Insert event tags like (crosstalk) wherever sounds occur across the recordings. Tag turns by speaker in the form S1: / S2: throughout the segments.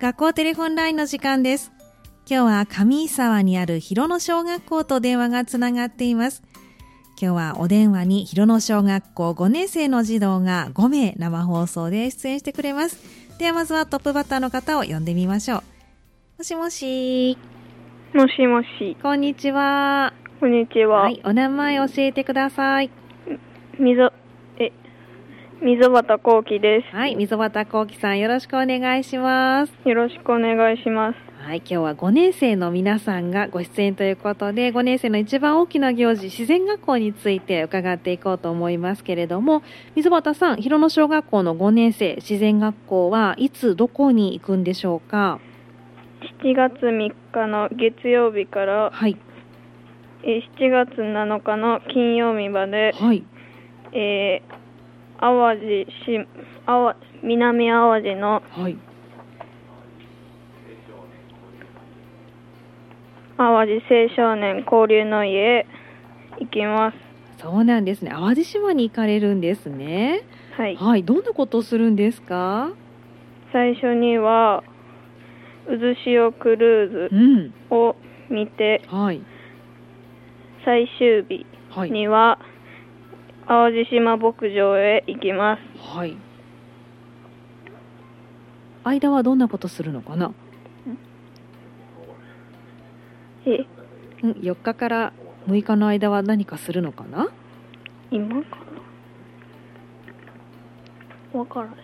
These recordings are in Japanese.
S1: 学校テレフォンラインの時間です。今日は上井沢にある広野小学校と電話がつながっています。今日はお電話に広野小学校5年生の児童が5名生放送で出演してくれます。ではまずはトップバッターの方を呼んでみましょう。もしもし、
S2: もしもし、
S1: こんにちは。
S2: こんにちは。
S1: はい、お名前教えてください。
S2: 溝、え、溝端幸喜です。
S1: はい、溝端幸喜さんよろしくお願いします。
S2: よろしくお願いします。
S1: はい、今日は5年生の皆さんがご出演ということで、5年生の一番大きな行事、自然学校について伺っていこうと思いますけれども、溝端さん、広野小学校の5年生、自然学校はいつどこに行くんでしょうか
S2: 7月3日の月曜日から、
S1: はい、
S2: え7月7日の金曜日まで、
S1: はい、
S2: えー、淡路し、淡、南淡路の
S1: はい。
S2: 淡路青少年交流の家へ行きます。
S1: そうなんですね。淡路島に行かれるんですね。
S2: はい。
S1: はい、どんなことをするんですか
S2: 最初には、渦潮クル
S1: う
S2: ーズ
S1: ん、
S2: を見て、
S1: はい、
S2: 最終日、
S1: はい、
S2: には淡路島牧場へ行きます
S1: はい。間はどんなことするのかな
S2: え
S1: うん、4日から6日の間は何かするのかな
S2: 今かなわからない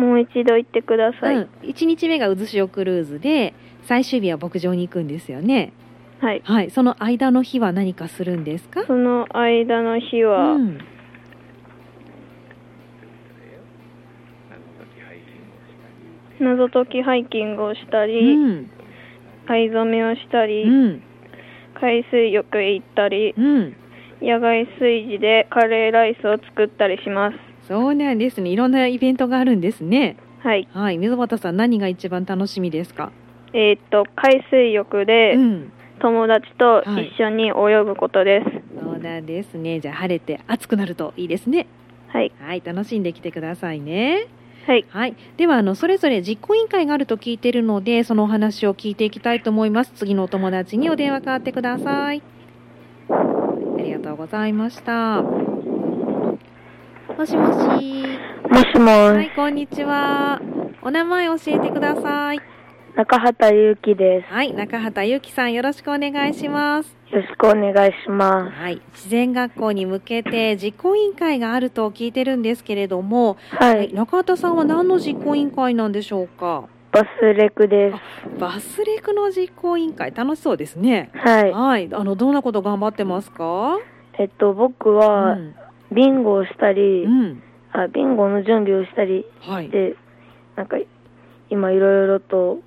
S2: もう一度行ってください、
S1: うん、1日目が渦潮クルーズで最終日は牧場に行くんですよね
S2: はい
S1: はいその間の日は何かするんですか
S2: その間の日
S1: う
S2: は、
S1: ん、
S2: 謎解きハイキングをした
S1: う
S2: り、
S1: ん
S2: 藍染めをしたり、
S1: うん
S2: 海水浴へ行ったり
S1: うん、
S2: 野外炊事でカレーライスを作ったりします
S1: そうなんですねいろんなイベントがあるんですね
S2: はい
S1: はい溝端さん何が一番楽しみですか、
S2: えーっと海水浴で
S1: うん、
S2: 友達と一緒に泳ぐことです、
S1: そうなんですねじゃあ晴れて暑くなるといいですね
S2: はい
S1: はい楽しんできてくださいね
S2: はい
S1: はい、ではあのそれぞれ実行委員会があると聞いているのでそのお話を聞いていきたいと思います次のお友達にお電話かわってくださいありがとうございましたもしもし
S2: もしも
S1: はいこんにちはお名前教えてください
S2: 中畑ゆうきで
S1: はい中畑ゆきさんよろしくお願いします
S2: す。よろしくお願いしま
S1: はい自然学校に向けて実行委員会があると聞いてるんですけれども、
S2: す。は
S1: はい、
S2: い、
S1: 中畑さんは何の実行委員会なんでしょうか
S2: バスレクです。
S1: バスレクの実行委員会楽しそうですね。
S2: はい、
S1: はい、あのどんなこと頑張ってますか？
S2: えっと僕
S1: う
S2: は
S1: ん、
S2: ビンゴをしたり、
S1: うん、
S2: あビンゴの準備をしたり
S1: はい、
S2: で、なんか今いろいろと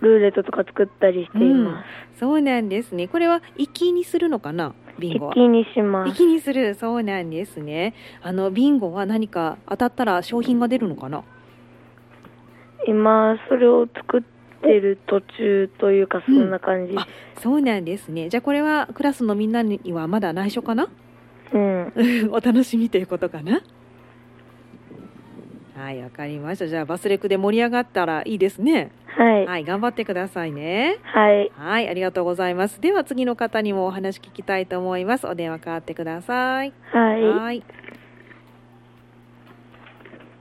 S2: ルーレットとか作ったりしていま
S1: そうなんですね。これは行きにするのかな？ビ
S2: す。
S1: ンゴは
S2: 一。気にしま
S1: 行
S2: す。
S1: きにする、そうなんですね。あのビンゴは何か当たったら商品が出るのかな？
S2: 今それを作ってる途中というかそんな感じ。
S1: あそうなんですね。じゃあこれはクラスのみんなにはまだ内緒かな？
S2: うん、
S1: うん (laughs) お楽しみということかな。はい、わかりました。じゃあバスレクで盛り上がったらいいですね。
S2: はい、
S1: はい、頑張ってくださいね。
S2: はい、
S1: はい、ありがとうございます。では次の方にもお話聞きたいと思います。お電話変わってください。
S2: はい。
S1: い。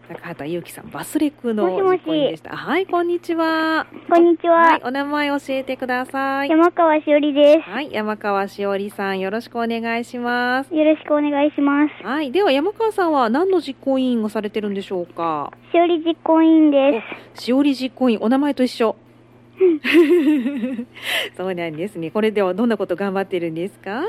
S1: 中畑ゆうきさん、バスレクの
S3: もしもし
S1: 実行委員でした。はい、こんにちは。
S3: こんにちは、
S1: い、お名前教えてください。
S3: 山川しおりで
S1: はい、山川しおりさん、よろしくお願いします。
S3: す。よろしくお願いします。
S1: はい、では山川さんは何の実行委員をされてるんでしょうか。
S3: しおり実行委員です。
S1: しおり実行委員、お名前と一緒。 (laughs) そうなんですね。これではどんなこと頑張ってるんですか。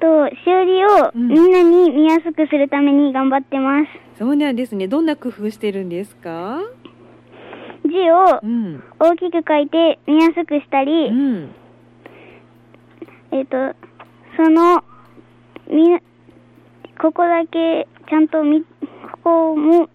S3: と、しおりを
S1: うん
S3: みんなに見やすくするために頑張ってます。
S1: そうなんですね。どんな工夫してるんですか。
S3: 字を
S1: うん。
S3: 大きく書いて見やすくした
S1: う
S3: り、
S1: ん。
S3: えっ、と、その、みな、ここだけちゃんとみ、ここも、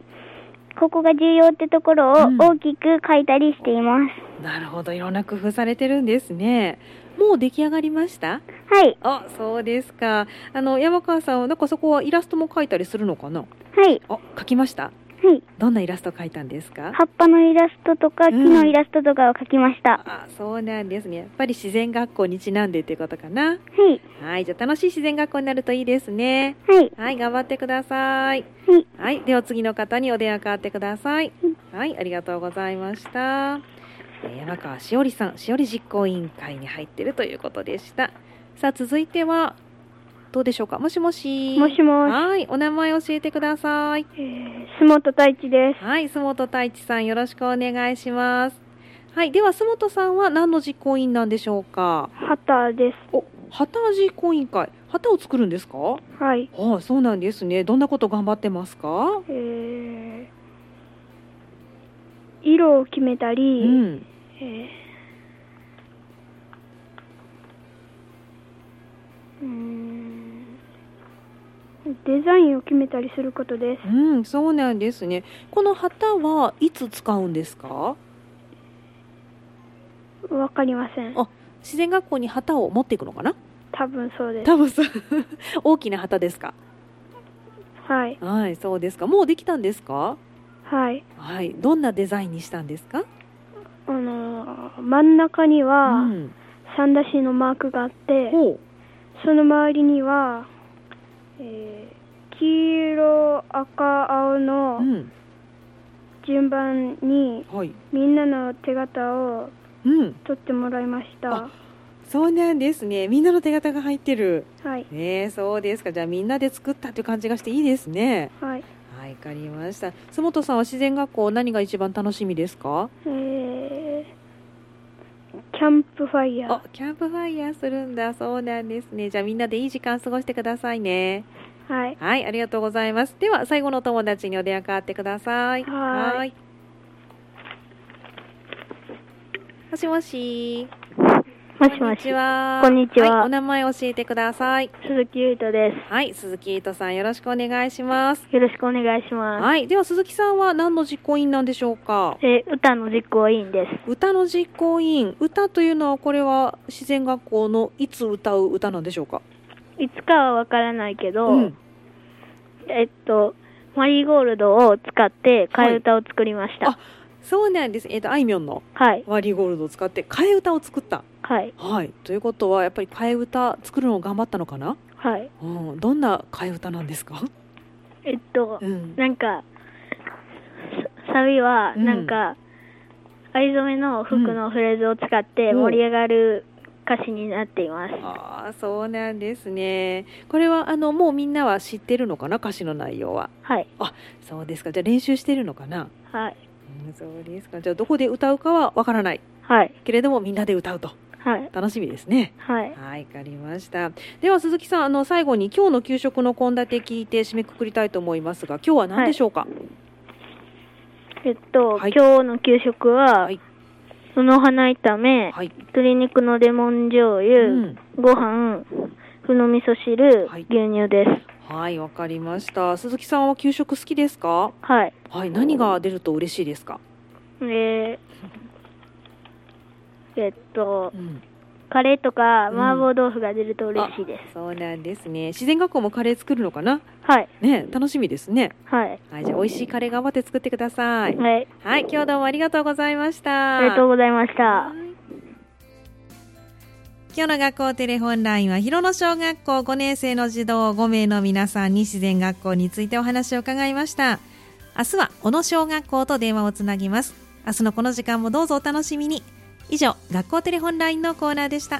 S3: ここが重要ってところを
S1: うん
S3: 大きく書いたりしています。
S1: なるほど。いろんな工夫されてるんですね。もう出来上がりました。
S3: はい、
S1: あ、そうですか。あの山川さんはなんかそこはイラストも描いたりするのかな。
S3: はい、
S1: あ、描きました。
S2: はい。
S1: どんなイラストを描いたんですか
S2: 葉っぱのイラストとか、
S1: う
S2: 木
S1: ん
S2: のイラストとかを描きました。
S1: あそうなんですねやっぱり自然学校にちなんでっていうことかな
S2: はい。
S1: はいじゃあ楽しい自然学校になるといいですね
S2: はい。
S1: はい頑張ってください
S2: はい。
S1: はいでは次の方にお電話変わってくださいはいありがとうございましたえー山川しおりさんしおり実行委員会に入ってるということでしたさあ続いてはどうでしょうかもしもし
S3: もしもし、
S1: はいお名前教えてください
S3: えー、洲本太一です。
S1: はい、洲本太一さん、よろしくお願いします。はい、では洲本さんは何の実行委員なんでしょうか。
S3: 畑で
S1: お、旗実行委員会、旗を作るんですか。は
S3: す。はい。
S1: い、そうなんですね。どんなこと頑張ってますか。
S3: えー、色を決めた
S1: う
S3: り、
S1: ん、
S3: えーうーんデザインを決めたりすることです。
S1: うん、そうなんですね。この旗はいつ使うんですか。
S3: わかりません
S1: あ。自然学校に旗を持っていくのかな。
S3: 多分そうです。
S1: 多分そう (laughs) 大きな旗ですか。
S3: はい。
S1: はい、そうですか。もうできたんですか。
S3: はい。
S1: はい、どんなデザインにしたんですか。
S3: あのー真ん中には、
S1: うん、
S3: 三田市のマークがあって、
S1: ほう。
S3: その周りには、えー黄色、赤、青の
S1: うん、
S3: 順番に
S1: はい。
S3: みんなの手形を
S1: うん。
S3: 取ってもらいました。
S1: そうなんですね。みんなの手形が入ってる。
S3: はい。
S1: ねえ、そうですか。じゃあみんなで作ったっていう感じがしていいですね。
S3: はい。
S1: はい、わかりました。洲本さんは自然学校何が一番楽しみですか？
S3: えー、キャンプファイヤー。
S1: あ、キャンプファイヤーするんだ。そうなんですね。じゃあみんなでいい時間過ごしてくださいね。
S3: はい。
S1: はい、ありがとうございます。では最後のお友達にお電話変わってください。
S3: はー
S1: ー
S3: い
S1: い。もしもし。
S2: もしも
S1: こんにち
S2: し。
S1: は。
S2: こんにちはい
S1: お名前教えてください。
S2: 鈴木優斗で
S1: はい、鈴木エイトさんよろしくお願いします。
S2: す。よろしくお願いしま
S1: はい、では鈴木さんは何の実行委員なんでしょうか
S2: す。。えー、歌の実行委員です。
S1: 歌の実行委員、歌というのはこれは自然学校のいつ歌う歌なんでしょうか。
S2: いつかはわからないけど、
S1: うん、
S2: えっと、マリーゴールドを使って替え歌を作りまし
S1: はい
S2: た。
S1: そうなんです。えっ、とあいみょんの
S2: はい、
S1: ワリーゴールドを使って替え歌を作った。
S2: はい、
S1: はい、ということはやっぱり替え歌作るのを頑張ったのかな。
S2: はい。
S1: うん、どんな替え歌なんですか。
S2: えっと、
S1: うん、
S2: なんか、ササビは、
S1: うん
S2: なんか、藍染めの服のフレーズを使って
S1: うん
S2: 盛り上がる歌詞になっています。
S1: ああ、そうなんですね。これはあのもうみんなは知ってるのかな歌詞の内容は。
S2: はい、
S1: そうですか。じゃあ練習してるのかな。
S2: はい、
S1: うん、そうですか。じゃあどこで歌うかはわからない
S2: はい、
S1: けれどもみんなで歌うと
S2: はい、
S1: 楽しみですね。
S2: はい。
S1: はい、わかりました。では鈴木さん、あの最後に今日の給食の献立聞いて締めくくりたいと思いますが、今日は何でしょうか。
S2: えっと、
S1: はい
S2: 今日の給食は、
S1: はい
S2: その花炒め、
S1: はい、
S2: 鶏肉のレモン醤油、
S1: うん
S2: ご飯、ふの味噌汁、
S1: はい
S2: 牛乳です。
S1: はい、わかりました。鈴木さんは給食好きですか。
S2: はい。
S1: はい、何が出ると嬉しいですか。
S2: えー、えっと
S1: う、ん、
S2: カレーとか
S1: うん
S2: 麻婆豆腐が出ると嬉しいです。
S1: そうなんですね。自然学校もカレー作るのかな。
S2: はい、
S1: ね、楽しみですね。
S2: はい、
S1: はい、じゃあ美味しいカレー頑張って作ってください。
S2: はい。
S1: はい、今日どうもありがとうございました。
S2: ありがとうございました。
S1: 今日の学校テレホンラインは広野小学校5年生の児童5名の皆さんに自然学校についてお話を伺いました明日は小野小学校と電話をつなぎます明日のこの時間もどうぞお楽しみに以上学校テレホンラインのコーナーでした